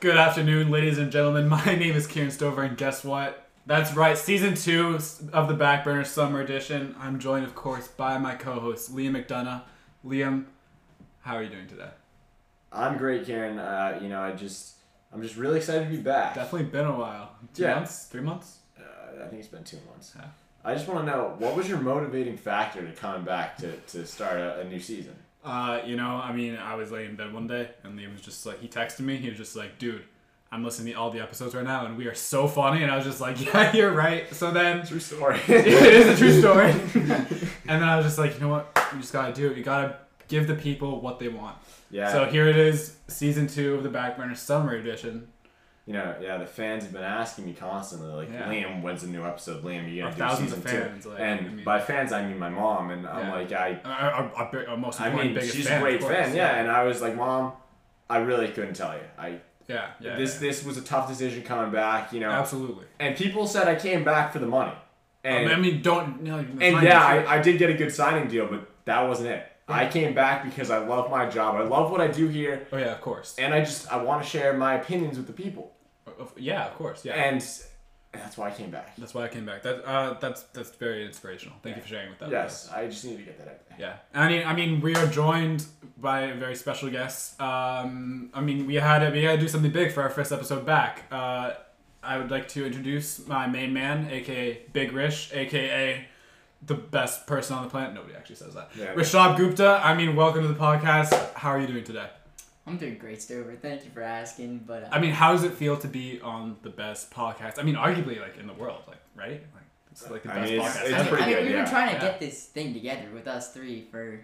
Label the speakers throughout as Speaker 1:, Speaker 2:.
Speaker 1: Good afternoon, ladies and gentlemen. My name is Kieran Stover, and guess what? That's right, season two of the Back Burner Summer Edition. I'm joined, of course, by my co host, Liam McDonough. Liam, how are you doing today?
Speaker 2: I'm great, Karen. Uh, you know, I just I'm just really excited to be back.
Speaker 1: Definitely been a while. Two
Speaker 2: Yeah.
Speaker 1: months? Three months?
Speaker 2: Uh, I think it's been two months.
Speaker 1: Yeah.
Speaker 2: I just want to know what was your motivating factor to coming back to, to start a, a new season.
Speaker 1: Uh, you know, I mean, I was laying in bed one day, and Liam was just like, he texted me. He was just like, dude, I'm listening to all the episodes right now, and we are so funny. And I was just like, yeah, you're right. So then.
Speaker 2: True story.
Speaker 1: it is a true story. and then I was just like, you know what? You just gotta do it. You gotta give the people what they want.
Speaker 2: yeah.
Speaker 1: So here it is, season two of the Backburner Summer Edition.
Speaker 2: you know, yeah. The fans have been asking me constantly, like,
Speaker 1: Yeah.
Speaker 2: Liam, when's the new episode? Liam, you
Speaker 1: Our
Speaker 2: gonna do
Speaker 1: thousands
Speaker 2: season
Speaker 1: of fans,
Speaker 2: two?
Speaker 1: like,
Speaker 2: and
Speaker 1: I mean-
Speaker 2: by fans, I mean my mom, and I'm
Speaker 1: Yeah.
Speaker 2: like, I,
Speaker 1: Our, our, our, big- our most
Speaker 2: I
Speaker 1: important,
Speaker 2: mean,
Speaker 1: biggest
Speaker 2: she's
Speaker 1: fan,
Speaker 2: a
Speaker 1: of
Speaker 2: great
Speaker 1: course.
Speaker 2: fan, yeah. And I was like, Mom, I really couldn't tell you. I
Speaker 1: Yeah, yeah.
Speaker 2: this
Speaker 1: yeah.
Speaker 2: this was a tough decision coming back, you know.
Speaker 1: absolutely.
Speaker 2: And people said I came back for the money.
Speaker 1: I
Speaker 2: And
Speaker 1: mean, I mean, don't. No, it's
Speaker 2: And
Speaker 1: not
Speaker 2: yeah,
Speaker 1: your fault.
Speaker 2: I, I did get a good signing deal, but that wasn't it. I came back because I love my job. I love what I do here,
Speaker 1: oh yeah, of course.
Speaker 2: and I just I want to share my opinions with the people.
Speaker 1: Of- yeah, of course. Yeah.
Speaker 2: And that's why I came back.
Speaker 1: that's why I came back. That uh, that's that's very inspirational. Thank you for sharing with that. with us.
Speaker 2: Yes, I just need to get that out there.
Speaker 1: Yeah, I mean, I mean, we are joined by a very special guest. Um, I mean, we had to, we had to do something big for our first episode back. Uh, I would like to introduce my main man, aka Big Rish, aka the best person on the planet. Nobody actually says that.
Speaker 2: Yeah.
Speaker 1: Rishab Gupta. I mean, welcome to the podcast. How are you doing today?
Speaker 3: I'm doing great, Stover. Thank you for asking. But uh,
Speaker 1: I mean, how does it feel to be on the best podcast? I mean, arguably, like in the world, like right, like it's like the
Speaker 2: I
Speaker 1: best
Speaker 2: mean, it's-
Speaker 1: podcast
Speaker 2: it's
Speaker 3: I mean,
Speaker 1: ever.
Speaker 2: pretty
Speaker 3: I mean,
Speaker 2: good,
Speaker 3: we've
Speaker 2: yeah.
Speaker 3: been trying to
Speaker 1: Yeah.
Speaker 3: get this thing together with us three for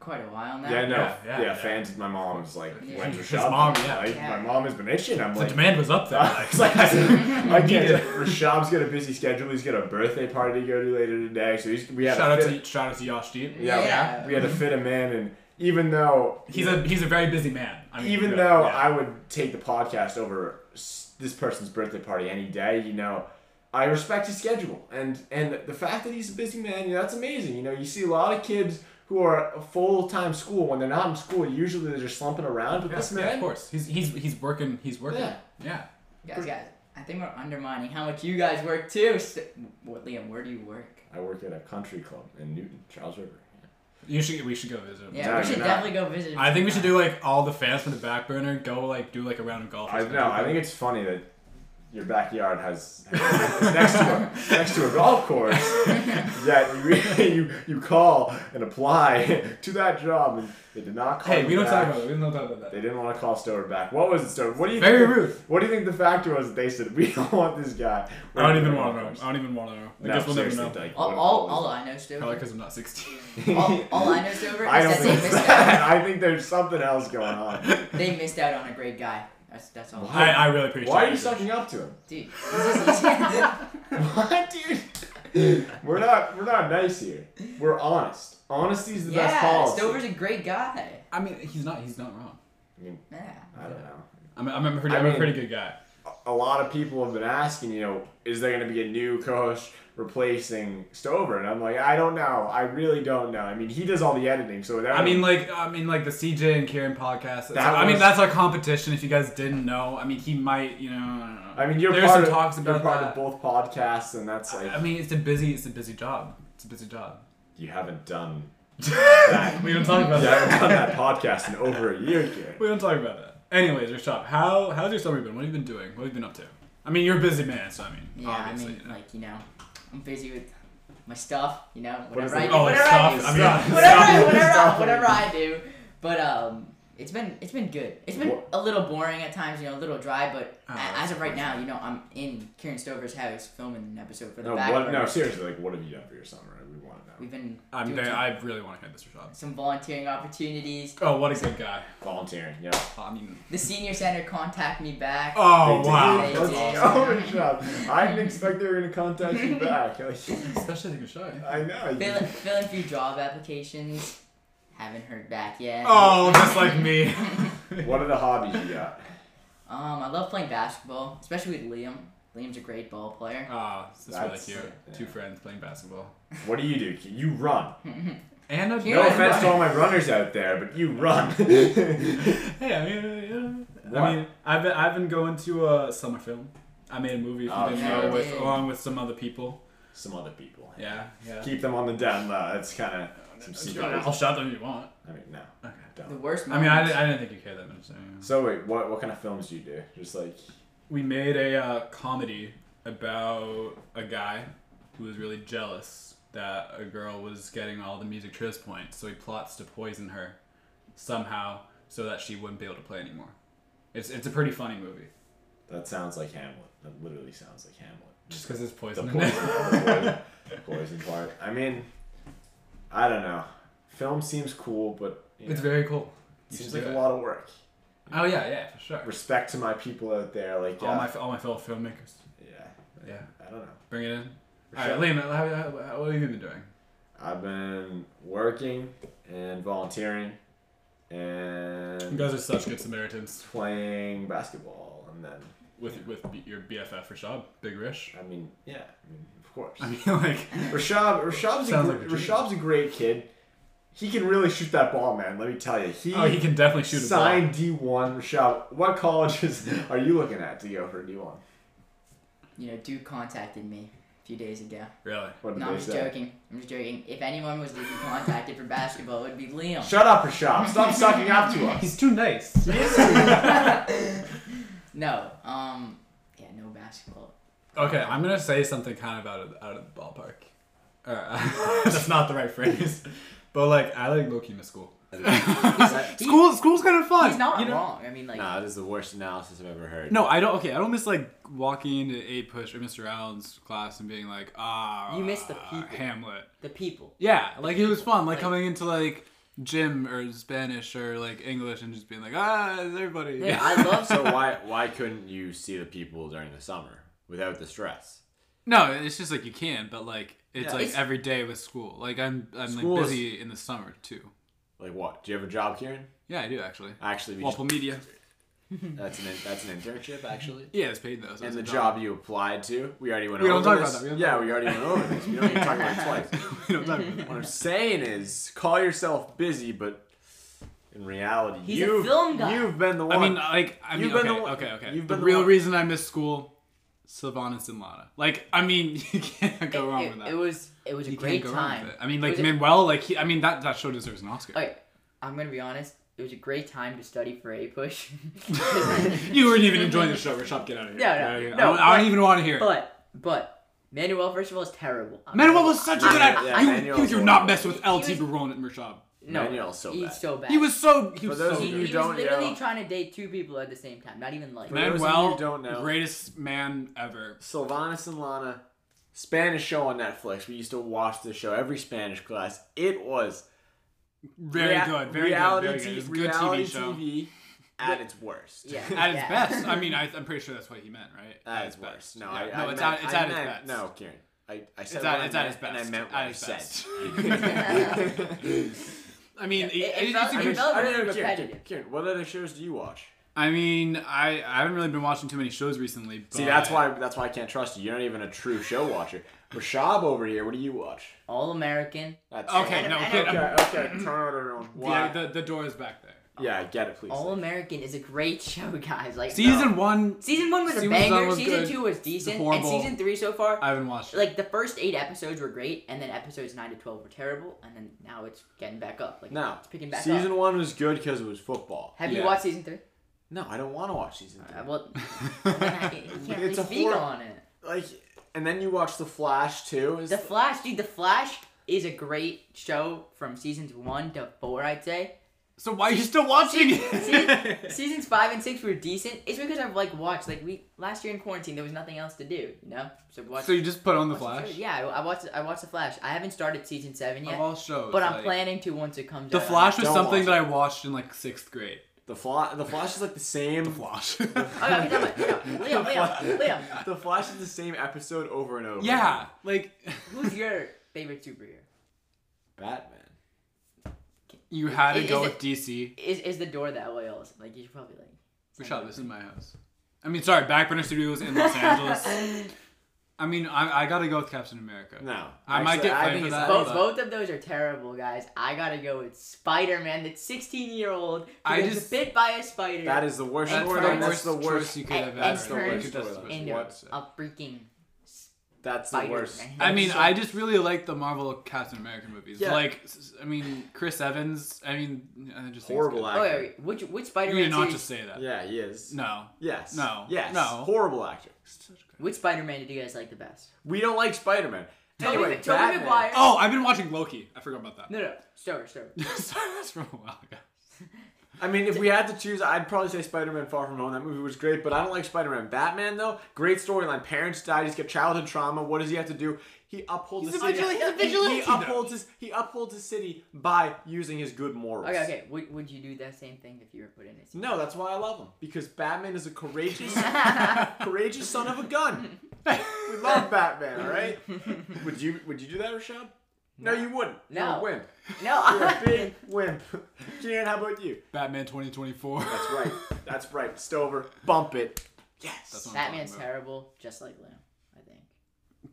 Speaker 3: quite a while now.
Speaker 2: Yeah, no,
Speaker 1: Yeah,
Speaker 2: yeah,
Speaker 1: yeah, yeah.
Speaker 2: fans. My mom's like,
Speaker 3: Yeah.
Speaker 2: when's
Speaker 1: His
Speaker 2: Rashad?
Speaker 1: mom,
Speaker 2: coming?
Speaker 1: yeah.
Speaker 2: Like,
Speaker 3: Yeah.
Speaker 2: My mom has been itching. I'm
Speaker 1: the
Speaker 2: like,
Speaker 1: demand was up there.
Speaker 2: I
Speaker 1: Like,
Speaker 2: was like, I can't.
Speaker 1: Needed.
Speaker 2: Rashab's got a busy schedule. He's got a birthday party to go to later today. So he's, we had
Speaker 1: shout out
Speaker 2: a fit,
Speaker 1: to shout out to Yash Deep.
Speaker 2: yeah, we-
Speaker 3: Yeah.
Speaker 2: we had to fit him in, and even though
Speaker 1: He's a he's a very busy man. I mean,
Speaker 2: even
Speaker 1: yeah,
Speaker 2: though
Speaker 1: yeah.
Speaker 2: I would take the podcast over s- this person's birthday party any day, you know, I respect his schedule and and the fact that he's a busy man, you know, that's amazing. You know, you see a lot of kids who are full time school when they're not in school. Usually they're just slumping around, but
Speaker 1: yeah,
Speaker 2: this
Speaker 1: yeah, of
Speaker 2: man,
Speaker 1: course, he's he's he's working. He's working. Yeah.
Speaker 2: Yeah.
Speaker 3: guys, guys. I think we're undermining how much you guys work too. St- what, Liam? Where do you work?
Speaker 2: I work at a country club in Newton, Charles River.
Speaker 1: You should we should go visit him.
Speaker 3: Yeah,
Speaker 2: No,
Speaker 3: we should
Speaker 2: you're not.
Speaker 3: definitely go visit.
Speaker 1: I think we should do like all the fans from the back burner go like do like a round of golf. or
Speaker 2: I
Speaker 1: something.
Speaker 2: know. I think it's funny that your backyard has, has next to a, next to a golf course that you, you you call and apply to that job, and they did not call.
Speaker 1: Hey,
Speaker 2: you
Speaker 1: we don't talk
Speaker 2: back.
Speaker 1: about that. We don't talk about
Speaker 2: They
Speaker 1: that.
Speaker 2: didn't want to call Stover back. What was it, Stover? What do you
Speaker 1: Very
Speaker 2: think,
Speaker 1: rude.
Speaker 2: What do you think the factor was? That they said we don't want this guy.
Speaker 1: I don't even want to know. I don't even want to know. I
Speaker 2: No,
Speaker 1: guess we'll never
Speaker 2: seriously,
Speaker 1: know.
Speaker 2: like,
Speaker 3: All,
Speaker 2: what-
Speaker 3: all,
Speaker 2: what
Speaker 3: all
Speaker 2: was
Speaker 3: I know,
Speaker 1: Probably
Speaker 3: Stover.
Speaker 1: because I'm not 16.
Speaker 2: it?
Speaker 3: All, all I know, Stover,
Speaker 2: I
Speaker 3: is
Speaker 2: don't
Speaker 3: that they
Speaker 2: think it's
Speaker 3: missed out.
Speaker 2: that. I think there's something else going on.
Speaker 3: They missed out on a great guy. That's that's all.
Speaker 1: I,
Speaker 2: Why?
Speaker 1: I really appreciate.
Speaker 2: Why are you
Speaker 1: it.
Speaker 2: sucking up to him?
Speaker 3: Dude, this is easy.
Speaker 2: What, dude? We're not we're not nice here. We're honest. Honesty's the best
Speaker 3: yeah,
Speaker 2: policy.
Speaker 3: Stover's a great guy.
Speaker 1: I mean, he's not. He's not wrong.
Speaker 2: I mean,
Speaker 3: Yeah.
Speaker 2: I don't know.
Speaker 1: I'm, I'm a pretty.
Speaker 2: I
Speaker 1: I'm a
Speaker 2: mean-
Speaker 1: pretty good guy.
Speaker 2: A lot of people have been asking, you know, is there going to be a new co-host replacing Stover? And I'm like, I don't know. I really don't know. I mean, he does all the editing, so that
Speaker 1: I mean, like, I mean, like the CJ and Kieran podcast.
Speaker 2: That
Speaker 1: I mean,
Speaker 2: was-
Speaker 1: that's our competition. If you guys didn't know, I mean, he might. You know. I, don't know.
Speaker 2: I mean, you're
Speaker 1: There's
Speaker 2: part
Speaker 1: some
Speaker 2: of
Speaker 1: talks
Speaker 2: you're
Speaker 1: about
Speaker 2: part
Speaker 1: that.
Speaker 2: of both podcasts, and that's like
Speaker 1: I mean, it's a busy, it's a busy job. It's a busy job.
Speaker 2: you haven't done that.
Speaker 1: we don't talk about
Speaker 2: you haven't done
Speaker 1: that.
Speaker 2: that podcast in over a year, Kieran.
Speaker 1: we don't talk about that. Anyways, your shop. How how's your summer been? What have you been doing? What have you been up to? I mean, you're a busy man, so I mean,
Speaker 3: Yeah,
Speaker 1: obviously.
Speaker 3: I mean,
Speaker 1: you know.
Speaker 3: like you know, I'm busy with my stuff. You know,
Speaker 2: is
Speaker 3: whatever
Speaker 2: it?
Speaker 3: I do,
Speaker 1: Oh,
Speaker 3: whatever I
Speaker 1: stuff,
Speaker 3: do,
Speaker 1: I
Speaker 3: stuff,
Speaker 1: mean-
Speaker 3: whatever, I,
Speaker 2: Stuff.
Speaker 3: whatever,
Speaker 2: Stuff.
Speaker 3: I, whatever I do. But um, it's been it's been good. It's been
Speaker 2: What-
Speaker 3: a little boring at times. You know, a little dry. But
Speaker 1: Oh,
Speaker 3: a-
Speaker 1: that's
Speaker 3: as of right now, you know, I'm in Kieran Stover's house filming an episode for the
Speaker 2: No,
Speaker 3: back.
Speaker 2: what, no,
Speaker 3: Burner.
Speaker 2: seriously, like, what have you done for your summer? We want to know.
Speaker 3: We've been
Speaker 1: I'm
Speaker 3: doing
Speaker 1: very,
Speaker 3: some,
Speaker 1: I really want to hear this, Rashad.
Speaker 3: some volunteering opportunities.
Speaker 1: Oh, what a good guy.
Speaker 2: Volunteering, yeah.
Speaker 1: I mean,
Speaker 3: The senior center contact me back.
Speaker 1: oh
Speaker 2: They
Speaker 1: wow.
Speaker 2: did.
Speaker 3: They
Speaker 2: Let's
Speaker 3: did.
Speaker 2: go, Rashad. I didn't expect they were gonna contact you back. Like,
Speaker 1: Especially taking a shot.
Speaker 2: I know. you-
Speaker 3: Filling filling a few job applications. Haven't heard back yet.
Speaker 1: Oh, just like me.
Speaker 2: What are the hobbies you got?
Speaker 3: Um, I love playing basketball, especially with Liam. Liam's a great ball player.
Speaker 1: Ah, this is really
Speaker 2: That's-
Speaker 1: cute.
Speaker 2: yeah.
Speaker 1: Two friends playing basketball.
Speaker 2: What do you do? You run.
Speaker 1: And a
Speaker 3: No
Speaker 2: No
Speaker 3: Yeah, I
Speaker 2: offense
Speaker 3: run.
Speaker 2: to all my runners out there, but you run.
Speaker 1: Hey, I mean, uh, yeah.
Speaker 4: What?
Speaker 1: I mean, I've been, I've been going to a summer film. I made a movie. If you
Speaker 4: Oh,
Speaker 1: didn't
Speaker 4: yeah,
Speaker 1: know,
Speaker 4: you
Speaker 1: with
Speaker 3: did.
Speaker 1: along with some other people.
Speaker 4: Some other people.
Speaker 1: Yeah, yeah.
Speaker 4: Keep them on the down low. That's kind of some secret.
Speaker 1: I'll shout them if you want.
Speaker 4: I mean, no,
Speaker 1: Okay.
Speaker 3: The
Speaker 4: don't.
Speaker 3: worst.
Speaker 1: I mean, I,
Speaker 3: moments.
Speaker 1: di- I didn't think you cared that much. So, yeah.
Speaker 4: So wait, what what kind of films do you do? Just like
Speaker 1: We made a uh, comedy about a guy who was really jealous that a girl was getting all the music tris points, so he plots to poison her somehow so that she wouldn't be able to play anymore. It's it's a pretty funny movie.
Speaker 4: that sounds like Hamlet. That literally sounds like Hamlet.
Speaker 1: Just because it's
Speaker 4: the
Speaker 1: poison. in
Speaker 4: poison,
Speaker 1: it.
Speaker 4: the poison, poison part. I mean, I don't know. Film seems cool, but you
Speaker 1: It's
Speaker 4: know,
Speaker 1: very cool.
Speaker 4: it
Speaker 1: You
Speaker 4: seems
Speaker 1: should
Speaker 4: like
Speaker 1: do
Speaker 4: a
Speaker 1: it.
Speaker 4: lot of work.
Speaker 1: Oh yeah, yeah, for sure.
Speaker 4: Respect to my people out there. Like,
Speaker 1: All
Speaker 4: uh,
Speaker 1: my all my fellow filmmakers.
Speaker 4: yeah,
Speaker 1: Yeah,
Speaker 4: I don't know.
Speaker 1: bring it in.
Speaker 4: For
Speaker 1: All right,
Speaker 4: sure.
Speaker 1: Liam, how, how, how- what have you been doing?
Speaker 4: I've been working and volunteering and
Speaker 1: You guys are such good Samaritans
Speaker 4: playing basketball, and then
Speaker 1: with with b- your BFF Rashab, Big Rish.
Speaker 4: I mean, yeah, I mean, of course.
Speaker 1: I mean, like
Speaker 4: Rashab, Rashab's a,
Speaker 1: Sounds
Speaker 4: gr-
Speaker 1: like a dream.
Speaker 4: Rashab's a great kid. He can really shoot that ball, man. Let me tell you, he
Speaker 1: oh, he can definitely shoot a
Speaker 4: Sign D one, Rashab. What colleges are you looking at to go for D one?
Speaker 3: you know, Duke contacted me a few days ago.
Speaker 1: ball. Really?
Speaker 4: What did
Speaker 3: No,
Speaker 4: they
Speaker 3: I'm just
Speaker 4: say?
Speaker 3: joking. I'm just joking. If anyone was to be contacted for basketball, it would be Liam.
Speaker 4: Shut up, Rashab. Stop sucking up to us.
Speaker 1: He's too nice.
Speaker 3: no. Um. Yeah. No basketball.
Speaker 1: Okay, I'm gonna say something kind of out of out of the ballpark. Uh, that's not the right phrase, but like I like looking to school. school, school's kind of fun.
Speaker 3: He's not
Speaker 1: you know?
Speaker 3: wrong. I mean, like,
Speaker 4: that is the worst analysis I've ever heard.
Speaker 1: No, I don't. Okay, I don't miss like walking into eight push or Mr. Allen's class and being like, ah,
Speaker 3: You miss the people.
Speaker 1: Hamlet.
Speaker 3: the people.
Speaker 1: Yeah, like it was fun, like
Speaker 3: Like-
Speaker 1: coming into like gym or Spanish or like English and just being like, ah, it's everybody.
Speaker 3: Yeah, I love.
Speaker 2: so why why couldn't you see the people during the summer without the stress?
Speaker 1: No, it's just like you can, but like it's
Speaker 2: Yeah.
Speaker 1: like
Speaker 3: It's-
Speaker 1: every day with school. Like I'm, I'm
Speaker 2: School
Speaker 1: like
Speaker 2: is-
Speaker 1: busy in the summer too.
Speaker 2: Like what? Do you have a job, Kieran?
Speaker 1: Yeah, I do actually.
Speaker 2: Actually, we
Speaker 1: Waffle Media.
Speaker 2: just- that's an that's an internship actually.
Speaker 1: Yeah, it's paid though. So
Speaker 2: And
Speaker 1: it's
Speaker 2: the
Speaker 1: a
Speaker 2: job you applied to, we already went
Speaker 1: We don't
Speaker 2: over
Speaker 1: talk about
Speaker 2: this.
Speaker 1: that, we don't
Speaker 2: yeah,
Speaker 1: talk
Speaker 2: we already went over this. We don't need to talk about it twice.
Speaker 1: We don't talk about that.
Speaker 2: What I'm saying is, call yourself busy, but in reality,
Speaker 3: He's a
Speaker 2: you've
Speaker 3: film guy.
Speaker 2: you've been the one.
Speaker 1: I mean, uh, like I mean,
Speaker 2: You've been
Speaker 1: okay,
Speaker 2: the one-
Speaker 1: okay, okay.
Speaker 2: you've
Speaker 1: the
Speaker 2: been the
Speaker 1: real
Speaker 2: one-
Speaker 1: reason I missed school, Sylvanas and Lana. Like I mean, you can't go wrong
Speaker 3: it,
Speaker 1: with that.
Speaker 3: it was. It was a
Speaker 1: you
Speaker 3: great
Speaker 1: can't go wrong
Speaker 3: time.
Speaker 1: with it. I mean,
Speaker 3: It
Speaker 1: like
Speaker 3: was a-
Speaker 1: Manuel, like he, I mean that that show deserves an Oscar.
Speaker 3: Like, I'm gonna be honest. It was a great time to study for A push.
Speaker 1: you weren't even enjoying the show, Rashad. Get out of here.
Speaker 3: No, no,
Speaker 1: Get out of here. I
Speaker 3: no,
Speaker 1: don't, I don't
Speaker 3: but-
Speaker 1: even want to hear it.
Speaker 3: but but Manuel first of all is terrible. I'm
Speaker 1: Manuel
Speaker 3: gonna-
Speaker 1: was such a good actor.
Speaker 2: yeah,
Speaker 1: you,
Speaker 2: Manuel's
Speaker 1: you do
Speaker 2: one
Speaker 1: not
Speaker 2: of
Speaker 1: mess
Speaker 2: them.
Speaker 1: with LT
Speaker 3: He was-
Speaker 1: Baron and Rashad.
Speaker 3: no,
Speaker 2: Manuel's so
Speaker 3: he's
Speaker 2: bad.
Speaker 3: so bad.
Speaker 1: He was so he was
Speaker 2: For those
Speaker 1: so
Speaker 2: of
Speaker 3: He,
Speaker 2: you
Speaker 1: good.
Speaker 2: who
Speaker 3: he
Speaker 2: don't
Speaker 3: was literally
Speaker 2: know-
Speaker 3: trying to date two people at the same time. Not even like.
Speaker 2: For those of you
Speaker 1: Manuel,
Speaker 2: who don't know-
Speaker 1: greatest man ever.
Speaker 2: Sylvanas and Lana, Spanish show on Netflix. We used to watch the show every Spanish class. It was
Speaker 1: Very
Speaker 2: Rea-
Speaker 1: good, very
Speaker 2: reality
Speaker 1: good, very good. It
Speaker 2: T-
Speaker 1: was a good
Speaker 2: reality
Speaker 1: TV show.
Speaker 2: TV at its worst.
Speaker 3: Yeah.
Speaker 1: At its
Speaker 3: yeah.
Speaker 1: best, I mean, I, I'm pretty sure that's what he meant, right?
Speaker 2: At its worst. No,
Speaker 1: Yeah.
Speaker 2: I,
Speaker 1: no,
Speaker 2: I
Speaker 1: it's
Speaker 2: meant,
Speaker 1: at it's
Speaker 2: I
Speaker 1: at its best.
Speaker 2: meant- No, Kieran. I, I said
Speaker 1: It's
Speaker 2: what
Speaker 1: at,
Speaker 2: I
Speaker 1: it's at
Speaker 2: meant,
Speaker 1: its best.
Speaker 2: and I meant what
Speaker 1: at
Speaker 2: I
Speaker 1: its
Speaker 2: said.
Speaker 1: best.
Speaker 2: I
Speaker 1: I mean, it,
Speaker 3: it
Speaker 1: it,
Speaker 3: felt-
Speaker 1: it's a
Speaker 3: I
Speaker 1: good.
Speaker 3: felt-
Speaker 2: don't know, Kieran, Kieran,
Speaker 3: repetitive.
Speaker 2: Kieran, what other shows do you watch?
Speaker 1: I mean, I, I haven't really been watching too many shows recently. But
Speaker 2: See, that's why that's why I can't trust you. You're not even a true show watcher. Rashab over here, what do you watch?
Speaker 3: All American.
Speaker 2: That's
Speaker 1: Okay, no, kid, I'm-
Speaker 2: okay, okay. Turn it around. Why?
Speaker 1: yeah, the, the door is back there.
Speaker 2: Yeah, I get it, please.
Speaker 3: All American is a great show, guys. Like
Speaker 1: Season one,
Speaker 3: Season one was
Speaker 1: Season
Speaker 3: a
Speaker 1: one
Speaker 3: banger.
Speaker 1: was
Speaker 3: season
Speaker 1: good.
Speaker 3: two was decent, and
Speaker 1: Horrible.
Speaker 3: season three so far,
Speaker 1: I haven't watched. it.
Speaker 3: like the first eight episodes were great, and then episodes nine to twelve were terrible, and then now it's getting back up. Like
Speaker 2: No.
Speaker 3: it's picking back
Speaker 2: season
Speaker 3: up.
Speaker 2: one was good because it was football.
Speaker 3: Have you
Speaker 1: yeah.
Speaker 3: watched season three?
Speaker 2: No, I don't want to watch season three.
Speaker 3: Uh, well, I can't really
Speaker 2: It's a
Speaker 3: speak
Speaker 2: horror-
Speaker 3: on it.
Speaker 2: like and then you watch the flash too is
Speaker 3: The Flash, dude. The Flash is a great show from seasons one to four, I'd say.
Speaker 1: so why are you still watching
Speaker 3: See-
Speaker 1: it?
Speaker 3: Seasons five and six were decent. It's because I've like watched like we last year in quarantine there was nothing else to do, you know. So watch.
Speaker 1: so you just put on the
Speaker 3: watch the
Speaker 1: Flash.
Speaker 3: show. yeah, I I watched. I watched the Flash. I haven't started season seven
Speaker 1: Of
Speaker 3: yet,
Speaker 1: all shows,
Speaker 3: but I'm
Speaker 1: like-
Speaker 3: planning to once it comes
Speaker 1: The
Speaker 3: out.
Speaker 1: Flash was
Speaker 2: Don't
Speaker 1: something
Speaker 2: watch
Speaker 1: that I watched in like sixth grade.
Speaker 2: the flash the flash is like the same
Speaker 1: The Flash.
Speaker 3: Oh, no, no, no, Liam, Liam, Liam.
Speaker 2: the flash is the same episode over and over
Speaker 1: yeah, like
Speaker 3: Who's your favorite superhero?
Speaker 2: batman
Speaker 1: you had to
Speaker 3: Is-
Speaker 1: go
Speaker 3: is
Speaker 1: with DC.
Speaker 3: Is is the door that way? Also, like you should probably like.
Speaker 1: Rashad, this is my house. I mean, sorry, Backburner Studios in Los Angeles. I mean, I, I gotta go with Captain America.
Speaker 2: No,
Speaker 1: I might
Speaker 2: actually,
Speaker 1: get
Speaker 2: I
Speaker 1: blamed
Speaker 2: think
Speaker 1: for that,
Speaker 2: it's- both-
Speaker 3: Both, both of those are terrible, guys. I gotta go with Spider Man, that 16 year old
Speaker 1: I
Speaker 3: who gets
Speaker 1: just-
Speaker 3: bit by a spider.
Speaker 2: That is the worst
Speaker 1: That's
Speaker 3: Or
Speaker 2: story.
Speaker 1: the
Speaker 3: then
Speaker 2: That's
Speaker 1: worst
Speaker 2: the worst.
Speaker 1: choice you could
Speaker 3: and,
Speaker 1: have
Speaker 3: and
Speaker 1: ever.
Speaker 2: the
Speaker 3: turns
Speaker 2: worst
Speaker 1: That's the worst.
Speaker 3: into
Speaker 2: What?
Speaker 3: a freaking
Speaker 2: That's the
Speaker 3: Spider-Man.
Speaker 2: worst.
Speaker 1: I mean,
Speaker 3: So-
Speaker 1: I just really like the Marvel Captain America movies.
Speaker 2: Yeah.
Speaker 1: Like, s- I mean, Chris Evans. I mean, I just think
Speaker 2: Horrible
Speaker 1: it's
Speaker 3: Oh,
Speaker 2: actor.
Speaker 3: wait, wait, which which
Speaker 1: good.
Speaker 3: Spider
Speaker 1: You did
Speaker 3: Man
Speaker 1: not
Speaker 3: series?
Speaker 1: just say that.
Speaker 2: Yeah, he is.
Speaker 1: No.
Speaker 2: Yes.
Speaker 1: No.
Speaker 2: Yes.
Speaker 1: No.
Speaker 2: Horrible actor.
Speaker 3: Which Spider Man did you guys like the best?
Speaker 2: We don't like Spider Man.
Speaker 3: Tobey-
Speaker 2: anyway,
Speaker 3: Tobey
Speaker 2: Batman.
Speaker 3: Maguire.
Speaker 1: Oh, I've been watching Loki. I forgot about that.
Speaker 3: No, no, Stover, Stover.
Speaker 1: Sorry, that's from a while ago.
Speaker 2: I mean, if we had to choose, I'd probably say Spider Man Far From Home. That movie was great, but I don't like Spider Man. Batman, though, great storyline. Parents died. He's got childhood trauma. What does he have to do? He upholds
Speaker 3: He's
Speaker 2: the
Speaker 3: a
Speaker 2: city.
Speaker 3: vigil- he's a
Speaker 2: He-
Speaker 3: vigilante,
Speaker 2: He,
Speaker 3: though.
Speaker 2: upholds his, he upholds his city by using his good morals.
Speaker 3: Okay, okay. Would, would you do that same thing if you were put in it?
Speaker 2: No, that's why I love him because Batman is a courageous, courageous son of a gun. We love Batman, all right? Would you would you do that, Rashad? No, you wouldn't. You're
Speaker 3: No.
Speaker 2: a wimp. You're a
Speaker 3: No.
Speaker 2: big wimp. Kieran, how about you?
Speaker 1: Batman 2024.
Speaker 2: That's right. That's right. Stover, bump it. Yes.
Speaker 1: That's what I'm talking
Speaker 3: Batman's
Speaker 1: about.
Speaker 3: terrible, just like Lamb, I think.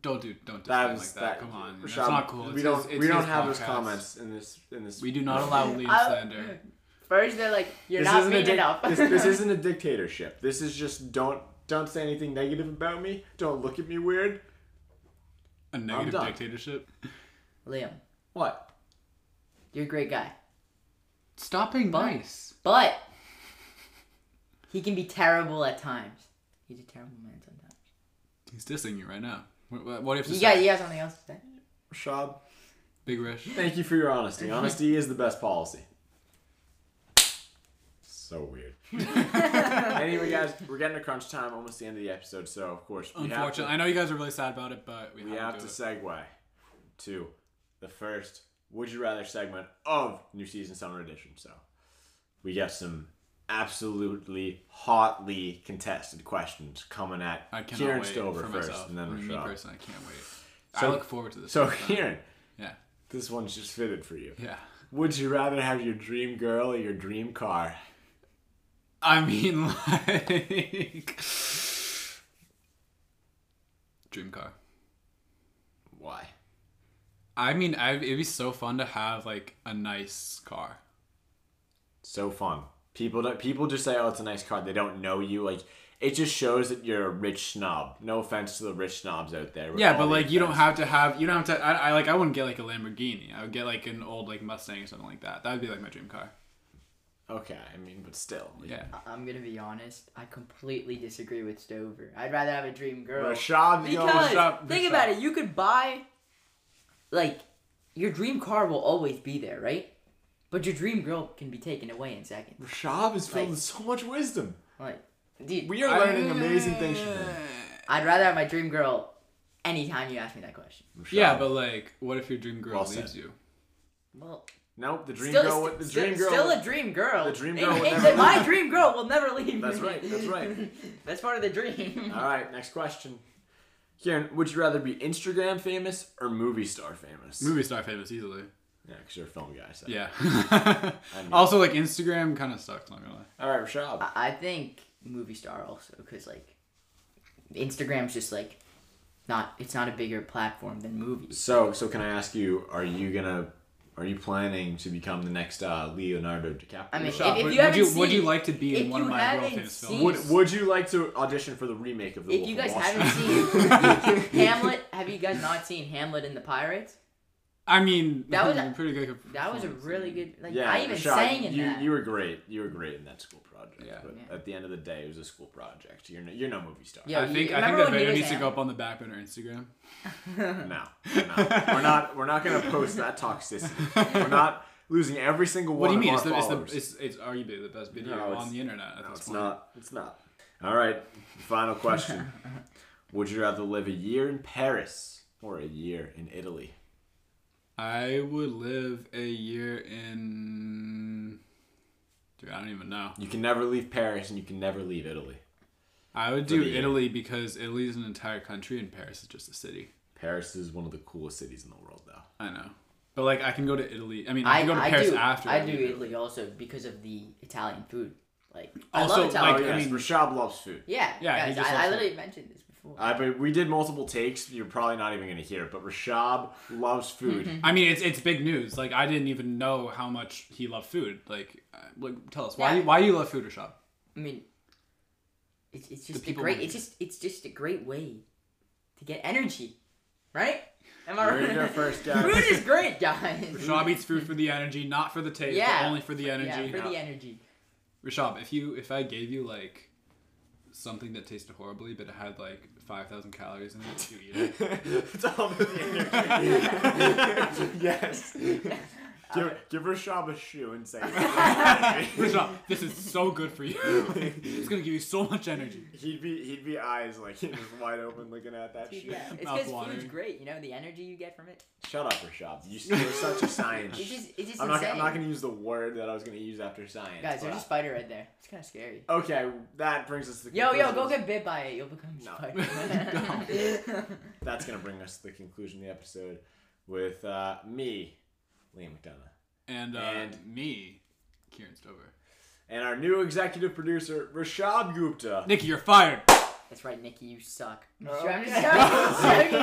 Speaker 1: Don't do don't do
Speaker 2: That
Speaker 1: that like
Speaker 2: was
Speaker 1: that.
Speaker 2: that.
Speaker 1: Come on, that's
Speaker 2: Rashad,
Speaker 1: not cool. It's
Speaker 2: we don't.
Speaker 1: his- it's
Speaker 2: we don't
Speaker 1: his
Speaker 2: have those
Speaker 1: podcast.
Speaker 2: comments in this. In this.
Speaker 1: We do not allow lead
Speaker 3: I-
Speaker 1: slander.
Speaker 3: First, they're like, you're
Speaker 2: this
Speaker 3: not
Speaker 2: isn't a
Speaker 3: mean
Speaker 2: dic-
Speaker 3: enough.
Speaker 2: this, this isn't a dictatorship. This is just don't don't say anything negative about me. Don't look at me weird.
Speaker 1: A negative
Speaker 2: done.
Speaker 1: dictatorship.
Speaker 3: Liam,
Speaker 2: What?
Speaker 3: you're a great guy.
Speaker 1: Stop being
Speaker 3: But-
Speaker 1: nice.
Speaker 3: But he can be terrible at times. He's a terrible man sometimes.
Speaker 1: He's dissing you right now. What, what, what do you have to
Speaker 3: You
Speaker 1: say?
Speaker 3: got, you got something else to say?
Speaker 2: Rashad,
Speaker 1: Big Rish.
Speaker 2: Thank you for your honesty. Honesty is the best policy. So weird. anyway, guys, we're getting to crunch time, almost the end of the episode, so of course we have
Speaker 1: Unfortunately,
Speaker 2: to,
Speaker 1: I know you guys are really sad about it, but we,
Speaker 2: we have to
Speaker 1: do it.
Speaker 2: segue to the first Would You Rather segment of New Season Summer Edition. So we got some absolutely hotly contested questions coming at
Speaker 1: I cannot
Speaker 2: Kieran
Speaker 1: wait
Speaker 2: Stover
Speaker 1: for
Speaker 2: first,
Speaker 1: myself.
Speaker 2: and then
Speaker 1: For me
Speaker 2: Rashad.
Speaker 1: personally, I can't wait. I
Speaker 2: So-
Speaker 1: look forward to this.
Speaker 2: So
Speaker 1: all the time.
Speaker 2: Kieran,
Speaker 1: yeah,
Speaker 2: this one's just fitted for you.
Speaker 1: yeah.
Speaker 2: Would you rather have your dream girl or your dream car?
Speaker 1: I mean, like, dream car.
Speaker 2: Why?
Speaker 1: I mean, I, it'd be so fun to have like a nice car.
Speaker 2: So fun. People don't, people just say, "Oh, it's a nice car." They don't know you. Like it just shows that you're a rich snob. No offense to the rich snobs out there. with
Speaker 1: Yeah,
Speaker 2: all
Speaker 1: but
Speaker 2: the
Speaker 1: like you don't
Speaker 2: offense.
Speaker 1: have to have you don't have to. I, I like I wouldn't get like a Lamborghini. I would get like an old like Mustang or something like that. That would be like my dream car.
Speaker 2: Okay, I mean, but still. like,
Speaker 1: Yeah.
Speaker 3: I- I'm gonna be honest. I completely disagree with Stover. I'd rather have a dream girl.
Speaker 2: Rashad's
Speaker 3: Because
Speaker 2: going.
Speaker 1: stop-
Speaker 3: think
Speaker 1: stop.
Speaker 3: about it, you could buy like your dream car will always be there, right? But your dream girl can be taken away in seconds.
Speaker 2: Rashad is filled
Speaker 3: Like-
Speaker 2: with so much wisdom.
Speaker 3: Like, dude,
Speaker 2: We are learning amazing things from him.
Speaker 3: I'd rather have my dream girl anytime you ask me that question.
Speaker 2: Rashad.
Speaker 1: Yeah, but like, what if your dream girl
Speaker 2: Well
Speaker 1: leaves
Speaker 2: said.
Speaker 1: you?
Speaker 3: Well,
Speaker 2: nope. The dream
Speaker 3: still,
Speaker 2: girl. would- The
Speaker 3: still,
Speaker 2: dream girl.
Speaker 3: still
Speaker 2: would-
Speaker 3: a dream girl.
Speaker 2: the dream
Speaker 3: It-
Speaker 2: girl would
Speaker 3: it-
Speaker 2: never
Speaker 3: my dream girl will never leave.
Speaker 2: That's
Speaker 3: me.
Speaker 2: right, that's right.
Speaker 3: that's part of the dream.
Speaker 2: All right, next question. Kieran, would you rather be Instagram famous or movie star famous?
Speaker 1: Movie star famous easily.
Speaker 2: Yeah, because you're a film guy. So.
Speaker 1: Yeah.
Speaker 2: mean-
Speaker 1: also, like Instagram kind of sucks. Not gonna lie.
Speaker 2: All right, Rashad.
Speaker 3: I I think movie star also because like Instagram's just like not it's not a bigger platform than movies.
Speaker 2: So, so can I ask you? Are you gonna? Are you planning to become the next uh, Leonardo DiCaprio?
Speaker 3: I mean, if,
Speaker 1: Shop.
Speaker 3: if you
Speaker 1: Would- would
Speaker 3: haven't
Speaker 1: you-
Speaker 3: seen,
Speaker 1: would you like to be in
Speaker 3: if
Speaker 1: one of
Speaker 3: you
Speaker 1: my world
Speaker 3: haven't
Speaker 1: famous films?
Speaker 3: seen-
Speaker 2: would Would you like to audition for the remake of the?
Speaker 3: If
Speaker 2: Wolf
Speaker 3: you
Speaker 2: of
Speaker 3: guys
Speaker 2: Wall
Speaker 3: haven't
Speaker 2: Street?
Speaker 3: seen Hamlet, have you guys not seen Hamlet and the Pirates?
Speaker 1: I mean,
Speaker 3: That was a-
Speaker 1: pretty good.
Speaker 3: That was a
Speaker 1: performance.
Speaker 3: really good. Like
Speaker 2: yeah,
Speaker 3: I even
Speaker 2: Rashad,
Speaker 3: sang in
Speaker 2: you,
Speaker 3: that.
Speaker 2: You were great. You were great in that school project.
Speaker 1: Yeah.
Speaker 2: But
Speaker 3: Yeah.
Speaker 2: at the end of the day, it was a school project. You're no, you're no movie star.
Speaker 3: Yeah.
Speaker 1: I
Speaker 3: you-
Speaker 1: think I think
Speaker 3: remember
Speaker 1: that
Speaker 3: when he
Speaker 1: video
Speaker 3: was
Speaker 1: needs to
Speaker 3: out?
Speaker 1: go up on the back burner Instagram.
Speaker 2: No, we're not. We're not. We're not gonna post that toxicity. We're not losing every single
Speaker 1: What
Speaker 2: one
Speaker 1: do you
Speaker 2: of
Speaker 1: mean?
Speaker 2: our
Speaker 1: It's, the, it's, the,
Speaker 2: followers.
Speaker 1: it's, it's arguably the best video
Speaker 2: No, it's-
Speaker 1: on the internet at
Speaker 2: No,
Speaker 1: this
Speaker 2: it's
Speaker 1: point.
Speaker 2: not. It's not. All right. Final question. Would you rather live a year in Paris or a year in Italy?
Speaker 1: I would live a year in. Dude, I don't even know.
Speaker 2: You can never leave Paris and you can never leave Italy.
Speaker 1: I would
Speaker 2: For
Speaker 1: do
Speaker 2: the year.
Speaker 1: Italy because Italy is an entire country and Paris is just a city.
Speaker 2: Paris is one of the coolest cities in the world, though.
Speaker 1: I know, but like I can go to Italy. I mean, I,
Speaker 3: I,
Speaker 1: can go to
Speaker 3: I
Speaker 1: Paris
Speaker 3: do.
Speaker 1: after.
Speaker 3: I
Speaker 1: leave
Speaker 3: do Italy also because of the Italian food. Like I
Speaker 1: Also,
Speaker 3: love Italian.
Speaker 1: like-
Speaker 2: oh,
Speaker 1: I
Speaker 2: yes.
Speaker 1: mean-
Speaker 2: Rashab loves food.
Speaker 3: yeah,
Speaker 1: Yeah, he
Speaker 3: guys,
Speaker 1: just Uh,
Speaker 3: I, I
Speaker 1: loves
Speaker 3: literally mentioned this before.
Speaker 2: I but we did multiple takes. You're probably not even gonna hear it, but Rashab loves food.
Speaker 1: I mean, it's it's big news. Like I didn't even know how much he loved food. Like, uh, like, tell us why
Speaker 3: Yeah.
Speaker 1: why you love food, Rashad?
Speaker 3: I mean, it's, it's just a
Speaker 1: people
Speaker 3: great.
Speaker 1: want
Speaker 3: It's just it's just a great way to get energy, right? Am I
Speaker 2: You're gonna go
Speaker 3: right?
Speaker 2: first, guys.
Speaker 3: Food is great, guys.
Speaker 1: Rashab eats food for the energy, not for the taste,
Speaker 3: Yeah.
Speaker 1: but only for the
Speaker 3: Yeah,
Speaker 1: energy.
Speaker 3: for the energy.
Speaker 1: Rashab, if you if I gave you like something that tasted horribly but it had like five thousand calories in it, would you eat it.
Speaker 2: it's all about the energy. yes. Give, give Rashab a shoe and say.
Speaker 1: Rashab, this is so good for you. it's gonna give you so much energy.
Speaker 2: He'd be he'd be eyes like just wide open looking at that shit.
Speaker 3: Yeah, it's
Speaker 1: Mouth
Speaker 3: because food's
Speaker 1: watering.
Speaker 3: great. You know the energy you get from it.
Speaker 2: Shut up, Rashab. You, you're such a science.
Speaker 3: It's just it's just
Speaker 2: I'm not,
Speaker 3: insane.
Speaker 2: I'm not gonna use the word that I was gonna use after science.
Speaker 3: Guys,
Speaker 2: but-
Speaker 3: there's a spider right there. It's kind of scary.
Speaker 2: Okay, that brings us to the
Speaker 3: Yo, yo,
Speaker 2: conclusion.
Speaker 3: go get bit by it. You'll become a
Speaker 2: No.
Speaker 3: spider.
Speaker 2: That's gonna bring us to the conclusion of the episode with uh, me, Liam McDonough,
Speaker 1: And uh,
Speaker 2: And-
Speaker 1: me, Kieran Stover.
Speaker 2: and our new executive producer Rashab Gupta.
Speaker 1: Nikki, you're fired.
Speaker 3: That's right, Nikki. You suck.
Speaker 2: Oh.
Speaker 3: I'm just joking.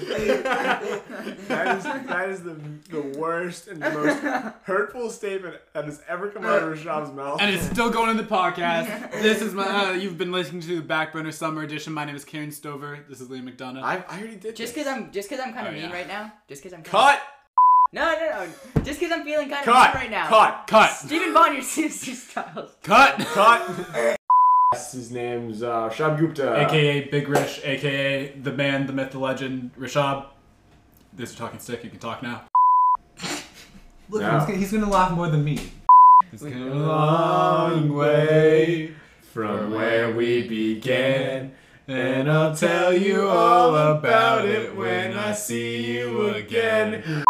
Speaker 3: just joking.
Speaker 2: that is that is the the worst and the most hurtful statement that has ever come out of Rashab's mouth.
Speaker 1: and it's still going in the podcast. This is my. Uh, you've been listening to the Back Burner Summer Edition. My name is Karen Stover. This is Liam McDonough.
Speaker 2: I, I already did
Speaker 3: Just
Speaker 2: this.
Speaker 3: because I'm just because I'm kind
Speaker 1: Oh,
Speaker 3: of mean
Speaker 1: yeah.
Speaker 3: right now. Just because I'm kinda-
Speaker 2: cut,
Speaker 3: No, no, no. Just because I'm feeling kind of
Speaker 2: cut,
Speaker 3: mean right now.
Speaker 2: cut,
Speaker 1: cut.
Speaker 3: Stephen Bond, your sister Styles.
Speaker 1: Cut.
Speaker 2: cut.
Speaker 4: Yes, His name's uh, Shab Gupta.
Speaker 1: AKA Big Rish. AKA the man, the myth, the legend, Rishab. This is Talking Stick. You can talk now. Look,
Speaker 4: No. he's
Speaker 1: gonna, he's gonna laugh more than me. He's gonna
Speaker 4: long way from where we began. And I'll tell you all about it when I see you again.